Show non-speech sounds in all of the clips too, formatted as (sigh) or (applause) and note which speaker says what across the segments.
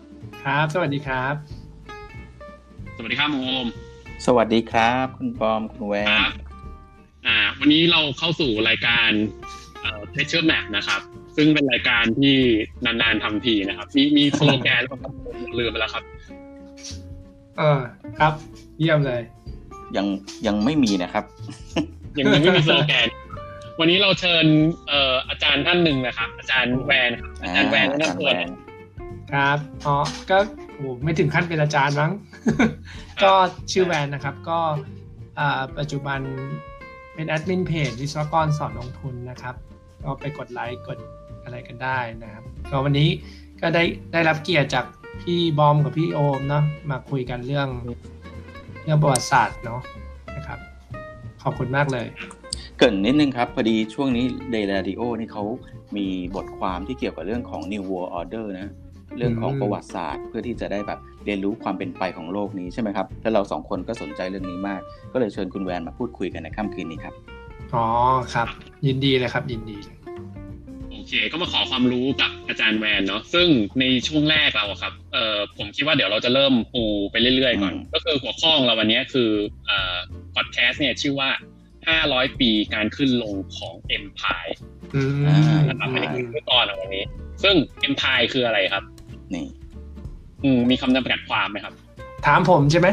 Speaker 1: สวัสดีครับ
Speaker 2: สวัสดีครับโอม
Speaker 3: สวัสดีครับ คุณปอมคุณแหว
Speaker 2: คน รับ อ่า วันนี้เราเข้าสู่รายการเทเชอร์แมทนะครับ ซึ่งเป็นรายการที่นานๆทำทีนะครับ มีมีโปรแกนแล้วก็ลืมไปแล้วครับ
Speaker 1: เออครับ เยี่ยมเลย
Speaker 3: ยังยังไม่มีนะครับ
Speaker 2: ยังยังไม่มีโปรแกน วันนี้เราเชิญเอ่ออาจารย์ท่านหนึ่งนะครับ อาจารย์แวนครับอาจารย์แวน
Speaker 3: อา
Speaker 2: นะ
Speaker 3: จารย์
Speaker 2: ค
Speaker 3: แหว
Speaker 2: รับ
Speaker 3: น
Speaker 1: ครับอ๋อก็โหไม่ถึงขั้นเป็นอาจารย์มั้ง (laughs) ก็ชื่อแวนนะครับ ก็อ่าปัจจุบันเป็นแอดมินเพจวิศวกรสอนลงทุนนะครับ ก็ไปกดไลค์กดอะไรกันได้นะครับ ก็วันนี้ก็ได้ได้รับเกียรติจากพี่บอมกับพี่โอมเนาะมาคุยกันเรื่องเรื่องประวัติศาสตร์เนาะนะครับ ขอบคุณมากเลย
Speaker 3: เกรินนิดนึงครับพอดีช่วงนี้เดล a ดิโอนี่เขามีบทความที่เกี่ยวกับเรื่องของ New World Order นะ เรื่องของ
Speaker 1: อืม
Speaker 3: ประวัติศาสตร์ เพื่อที่จะได้แบบเรียนรู้ความเป็นไปของโลกนี้ใช่ไหมครับแล้วเราสองคนก็สนใจเรื่องนี้มาก ก็เลยเชิญคุณแวนมาพูดคุยกันในค่ำคืนนี้ครับ
Speaker 1: อ๋อครับ ยินดีเลยครับ ยินดีเลย
Speaker 2: โอเค ก็มาขอความรู้กับอาจารย์แวนเนาะ ซึ่งในช่วงแรกเราอะครับ เอ่อ ผมคิดว่าเดี๋ยวเราจะเริ่มปูไปเรื่อยๆก่อน
Speaker 3: อืม
Speaker 2: ก็คือหัวข้อของเราวันนี้คือเอ่อพอดแคสต์เนี่ยชื่อว่า 500 ปีการขึ้นลงของ Empire
Speaker 1: อืม
Speaker 3: อ่า
Speaker 2: นะครับอันนี้คือตอนของวันนี้ ซึ่ง Empire คืออะไรครับ
Speaker 3: นี่
Speaker 2: อืมมีคำจำกัดความไหมครับ
Speaker 1: ถามผมใช่ไหม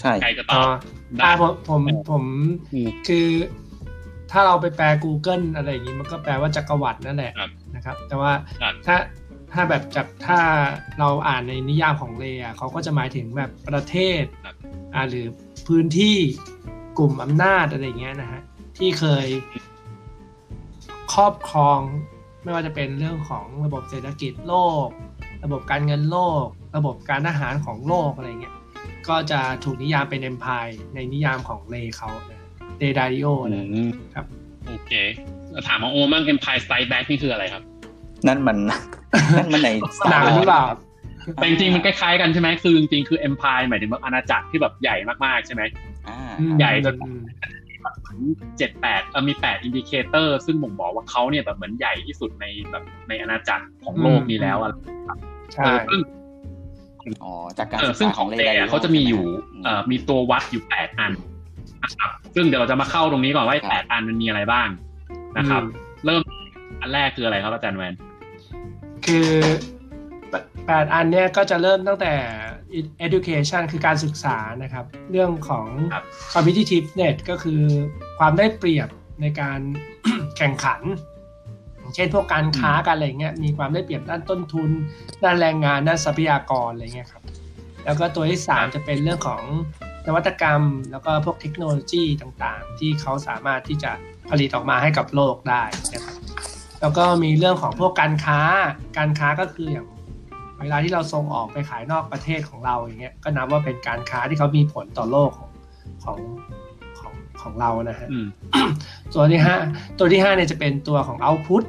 Speaker 3: ใช่
Speaker 2: ใครจะต
Speaker 1: อ๋
Speaker 2: อ
Speaker 1: อบ
Speaker 2: ได้
Speaker 1: อ่าผมผมผม
Speaker 2: อืม
Speaker 1: คือถ้าเราไปแปล Google อะไรอย่างนี้มันก็แปลว่าจักรวรรดินั่นแหละ
Speaker 2: ครับ
Speaker 1: นะครับ แต่ว่า
Speaker 2: ครับ
Speaker 1: ถ้าถ้าแบบจับถ้าเราอ่านในนิยามของเลอะเขาก็จะหมายถึงแบบประเทศ
Speaker 2: ครับ
Speaker 1: อ่าหรือพื้นที่กลุ่มอำนาจอะไรอย่างเงี้ยนะฮะที่เคยครอบครอง ไม่ว่าจะเป็นเรื่องของระบบเศรษฐกิจโลก ระบบการเงินโลก ระบบการทหารของโลกอะไรเงี้ย ก็จะถูกนิยามเป็น Empire ในนิยามของเลเขาเดดาริโอนะ
Speaker 2: อืม
Speaker 1: ครับ
Speaker 2: โอเค ถามมาโอมั่ง Empire Strike Back นี่คืออะไรครับ
Speaker 3: นั่นมัน นั่นมันใน Star
Speaker 1: (laughs) หนัง
Speaker 3: Wars
Speaker 1: หรือเปล่า
Speaker 3: ครับ
Speaker 2: แต่จริงๆมันคล้ายๆกันใช่ไหมคือจริงๆคือ Empire หมายถึงแบบอาณาจักรที่แบบใหญ่มากๆใช่ไหม
Speaker 3: อ่า
Speaker 1: อืม
Speaker 2: ใหญ่จน
Speaker 1: อืม
Speaker 2: เจ็ดแปดเออมีแปดอินดิเคเตอร์ซึ่งบ่งบอกว่าเขาเนี่ยแบบเหมือนใหญ่ที่สุดในแบบในอาณาจักรของโลกนี้แล้วอะ
Speaker 1: ใช่
Speaker 2: เออซึ่ง
Speaker 3: อ๋อจากการ
Speaker 2: เออ
Speaker 3: ศึก
Speaker 2: ซึ่ง
Speaker 3: ษา
Speaker 2: ข
Speaker 3: ข
Speaker 2: อ
Speaker 3: อง ง
Speaker 2: เล
Speaker 3: เด
Speaker 2: ย
Speaker 3: ลาดิ
Speaker 2: อะ
Speaker 3: โอ
Speaker 2: เขาจะมีอยู่
Speaker 3: ใช่ไหม
Speaker 2: เอ่อ
Speaker 3: ครับ
Speaker 2: มีตัววัดอยู่แปดอันนะครับซึ่งเดี๋ยวเราจะมาเข้าตรงนี้ก่อนว่าแปดอันมันมีอะไรบ้างนะครับ เริ่มอันแรกคืออะไรครับอาจารย์แวน
Speaker 1: คือแปดแปดอันเนี้ยก็จะเริ่มตั้งแต่ education คือการศึกษานะครับ เรื่องของ
Speaker 2: ครับ
Speaker 1: competitiveness ก็คือความได้เปรียบในการ (coughs) แข่งขันอย่างเช่นพวกการค้ากันอะไรเงี้ยมีความได้เปรียบด้านต้นทุน ด้านแรงงานด้านทรัพยากรอะไรเงี้ยครับแล้วก็ตัวที่สาม
Speaker 2: ครับ
Speaker 1: จะเป็นเรื่องของนวัตกรรม แล้วก็พวกเทคโนโลยีต่างๆ ที่เขาสามารถที่จะผลิตออกมาให้กับโลกได้นะครับแล้วก็มีเรื่องของพวกการค้า การค้าก็คืออย่าง เวลาที่เราส่งออกไปขายนอกประเทศของเราอย่างเงี้ยก็นับว่าเป็นการค้าที่เขามีผลต่อโลกของของของของเรานะฮะ
Speaker 2: อืม
Speaker 1: ส่วนที่ห้า (coughs) ตัวที่ห้าเนี่ยจะเป็นตัวของ output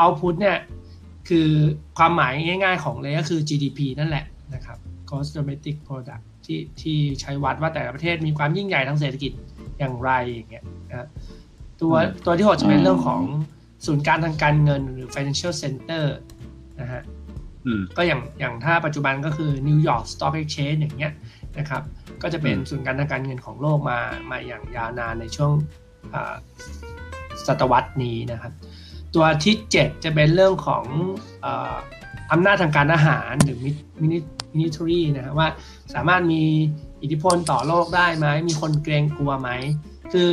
Speaker 1: output เนี่ยคือความหมายง่ายๆของเลยก็คือ GDP นั่นแหละนะครับ gross domestic product ที่ที่ใช้วัดว่าแต่ละประเทศมีความยิ่งใหญ่ทางเศรษฐกิจอย่างไรอย่างเงี้ยนะตัว
Speaker 2: อืม
Speaker 1: ตัวที่หกจะเป็นเรื่องของ
Speaker 3: อืม
Speaker 1: ศูนย์กลารทางการเงินหรือ financial center นะฮะ
Speaker 2: อืม
Speaker 1: ก็อย่างอย่างถ้าปัจจุบันก็คือ New York Stock Exchange อย่างเงี้ยนะครับก็จะเป็น
Speaker 2: อืม
Speaker 1: ศูนย์การทางการเงินของโลกมามาอย่างยาวนานในช่วงอ่าศตวรรษนี้นะครับ ตัวที่ 7 จะเป็นเรื่องของอ่าอำนาจทางการอาหารหรือมินิมินิทรีนะครับว่าสามารถมีอิทธิพลต่อโลกได้ไหม มีคนเกรงกลัวไหม คือ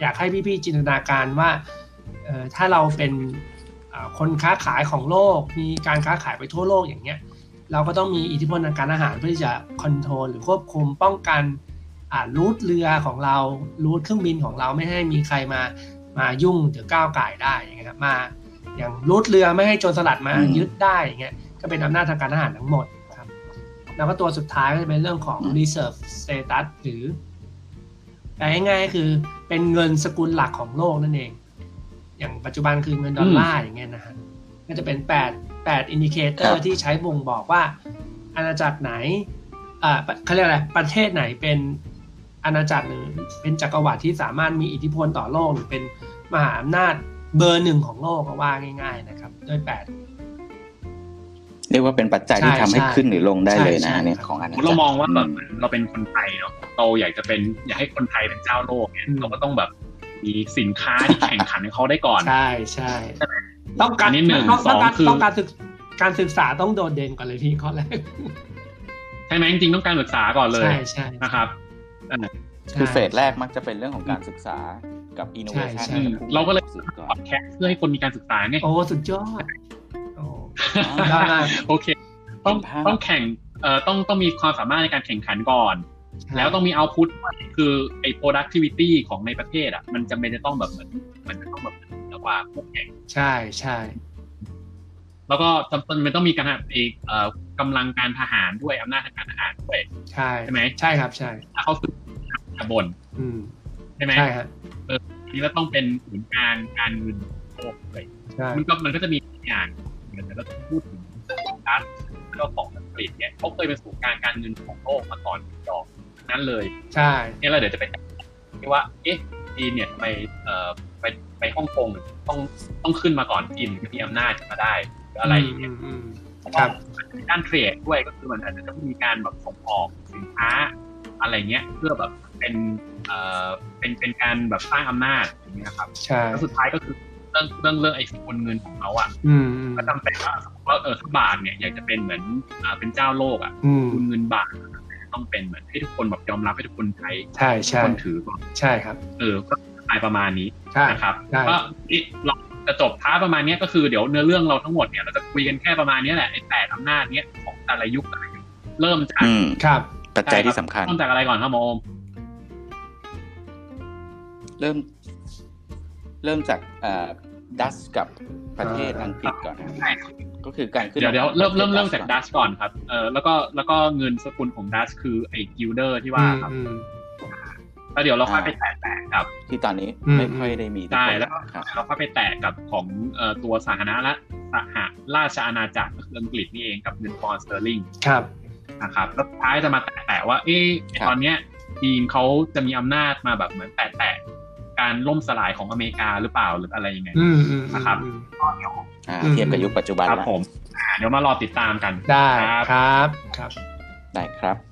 Speaker 1: อยากให้พี่ๆจินตนาการว่าเอ่อถ้าเราเป็นเอ่อคนค้าขายของโลก มีการค้าขายไปทั่วโลกอย่างเงี้ย เราก็ต้องมีอิทธิพลทางการอาหารเพื่อที่จะคอนโทรลหรือควบคุมป้องกันอ่ารูทเรือของเรารูทเครื่องบินของเราไม่ให้มีใครมามายุ่งหรือก้าวไก่ายได้อย่างเงี้ยครับมาอย่างรูทเรือไม่ให้โจรสลัดมา
Speaker 3: อืม
Speaker 1: ยึดได้อย่างเงี้ยก็เป็นอำนาจทางการทหารทั้งหมดครับ แล้วก็ตัวสุดท้ายก็จะเป็นเรื่องของ
Speaker 3: อืม
Speaker 1: reserve status หรือแปลง่ายๆก็คือเป็นเงินสกุลหลักของโลกนั่นเอง อย่างปัจจุบันคือเงินดอลลาร์อย่างเงี้ยนะฮะ ก็จะเป็น 8 8อินดิเคเตอ
Speaker 3: ครั
Speaker 1: ร์
Speaker 3: บ
Speaker 1: ที่ใช้บ่งบอกว่า อาณาจักรไหนอ่าประเขาเรียกอะไร ประเทศไหนเป็นอาณาจักรหรือเป็นจักรวรรดิที่สามารถมีอิทธิพลต่อโลก หรือเป็นมหาอำนาจเบอร์หนึ่งของโลกก็ว่าง่าย ๆ นะครับ ด้วย
Speaker 3: จ เรียกว่าเป็นปัจจัยที่
Speaker 1: ใช่
Speaker 3: ทำให้
Speaker 1: ใช่
Speaker 3: ขึ้นหรือลงได้เลยนะ
Speaker 1: ใช่ใช่
Speaker 3: เนี่ยของอาณา
Speaker 2: สม
Speaker 3: จั
Speaker 2: ม
Speaker 3: ก
Speaker 2: ติเราม
Speaker 3: ร
Speaker 2: องว่าแบบ
Speaker 3: อืม
Speaker 2: เราเป็นคนไทยเนาะเราอยากจะเป็นอยากให้คนไทยเป็นเจ้าโลกเนี่ย
Speaker 1: อืม
Speaker 2: เราก็ต้องแบบมีสินค้าที่แข่งขันกับเขาได้ก่อน
Speaker 1: ใช่ใช่ต้องการ
Speaker 2: อันนี้หนึ่ง
Speaker 1: ต้อง
Speaker 2: สอง
Speaker 1: การ
Speaker 2: คือ
Speaker 1: ต้องการศึกการศึกษาต้องโดดเด่นก่อนเลยพี่ข้อแรก
Speaker 2: ใช่ไหมจริงๆต้องการศึกษาก่อนเลย
Speaker 1: ใช่ใช่
Speaker 2: นะครับ
Speaker 1: ใช่
Speaker 3: คือเฟสแรกมักจะเป็นเรื่องของการศึกษากับอินโนเวชัน
Speaker 1: ใช่
Speaker 2: อืมเราก็เลย
Speaker 3: สุดก่อ
Speaker 2: พอนดแคสต์เพื่อให้คนมีการศึกษาไง
Speaker 1: โอ้สุดยอดโอ้
Speaker 3: อ่า
Speaker 1: ได้
Speaker 2: (laughs) โอเค ต้อง
Speaker 3: เห็นภาพ
Speaker 2: ต้องแข่งเอ่อต้องต้องมีความสามารถในการแข่งขันก่อน แล้วต้องมีเอาพุตคือไอ้ productivity ของในประเทศอ่ะ มันจำเป็นจะต้องแบบเหมือนมันจะต้องแบบเหนือกว่าพวกแข่ง
Speaker 1: ใช่ใช่
Speaker 2: แล้วก็จำเป็นมันต้องมีการไอ้เอ่อกำลังการทหารด้วยอำนาจทางการทหารด้วย
Speaker 1: ใช่
Speaker 2: ใช่ไหม
Speaker 1: ใช่ครับใช่
Speaker 2: ถ้าเขา (laughs) ฝึกตะบน
Speaker 1: อืม
Speaker 2: ใช่ไหม
Speaker 1: ใช่ฮะ
Speaker 2: นี่ก็ต้องเป็นศูนย์กลางการเงินโลกเลย
Speaker 1: ใช่
Speaker 2: มันก็มันก็จะมีอย่างเดี๋ยวเราจะพูดถึงของรัฐแล้วก็ของอังกฤษเนี่ยเขาเคยเป็นศูนย์กลางการเงินของโลกมาก่อนยอมนั้นเลย
Speaker 1: ใช่
Speaker 2: เนี่ยเราเดี๋ยวจะไปที่ว่า เอ๊ะจีนเนี่ยทำไมเอ่อไปไปฮ่องกงต้องต้องขึ้นมาก่อนจีนถึงจะมีอำนาจมาได้หรืออะไรอย่าง
Speaker 1: อื
Speaker 2: เงี้ย
Speaker 1: มอืมอืม
Speaker 2: เพราะ
Speaker 1: ครั
Speaker 2: ว่า
Speaker 1: บ
Speaker 2: ด้านเทรดด้วยก็คือมันอาจจะต้องมีการแบบส่งออกสินค้าอะไรเงี้ยเพื่อแบบเป็นเอ่อเป็นเป็นการแบบสร้างอำนาจอย่างเงี้ยครับ
Speaker 1: ใช่
Speaker 2: แล้วสุดท้ายก็คือเรื่องเรื่องเรื่องไอ้คนเงินของเขาอ่ะ
Speaker 1: อืมอืม
Speaker 2: ก็จำเป็นว่าสมมติว่าเออถ้าบาทเนี่ยอยากจะเป็นเหมือนอ่าเป็นเจ้าโลกอ่ะ
Speaker 1: อืม
Speaker 2: คุณเงินบาทต้องเป็นเหมือนให้ทุกคนแบบยอมรับให้ทุกคนใช้
Speaker 1: ใช่
Speaker 2: ทุก
Speaker 1: ใช่
Speaker 2: คนถือก่อน
Speaker 1: ใช่ครับ
Speaker 2: เออก็ตายประมาณนี้
Speaker 1: ใช่
Speaker 2: นะครับ
Speaker 1: ได้
Speaker 2: ก็นี่เราจะจบท้ายประมาณเนี้ยก็คือเดี๋ยวเนื้อเรื่องเราทั้งหมดเนี่ยเราจะคุยกันแค่ประมาณเนี้ยแหละไอ้แปดอำนาจเนี้ยของแต่ละยุคแต่ละยุคเริ่มจาก
Speaker 3: อืม
Speaker 1: ครับ
Speaker 3: ปัจจัยที่สำคัญ
Speaker 2: เริ่มจากอะไรก่อนครับหมอโอม
Speaker 3: เริ่ม เริ่มจากดัสกับประเทศอังกฤษก่อนนะครับก็คือการขึ้น
Speaker 2: เดี๋ยวเดี๋ยวเริ่มเริ่มเริ่มจากดั
Speaker 3: ส
Speaker 2: ชก่อนครับเออแล้วก็แล้วก็เงินสกุลของดัชคือไอ้กิลเดอร์ที่ว่าครับ
Speaker 1: อืม
Speaker 2: แล้วเดี๋ยวเราค่อยไปแตะแตะกับ
Speaker 3: ที่ตอนนี้
Speaker 1: อืม
Speaker 3: ไม่ค่อยได้มีทุก
Speaker 2: ได้
Speaker 3: คน
Speaker 2: แล้วก็
Speaker 3: ครับ
Speaker 2: เราค่อยไปแตะกับของเอ่อตัวสาธารณรัฐสหราชอาณาจักรก็คืออังกฤษนี่เองกับเงินปอนด์สเตอร์ลิง
Speaker 1: ครับ
Speaker 2: นะครับแล้วท้ายจะมาแตะๆว่า เอ๊ะตอนเนี้ยจีนเขาจะมีอำนาจมาแบบเหมือนแตะๆการล่มสลายของอเมริกาหรือเปล่าหรืออะไรยังไง
Speaker 1: อืมอืมอืม
Speaker 2: นะครับ
Speaker 1: อืม
Speaker 3: อ่า
Speaker 1: อืม
Speaker 3: เทียบกับยุคปัจจุบัน
Speaker 2: ครับ
Speaker 3: แล้ว
Speaker 2: ผมอ่าเดี๋ยวมารอติดตามกัน
Speaker 1: ได้
Speaker 2: ครับ
Speaker 1: ครับครับ
Speaker 3: ได้ครับ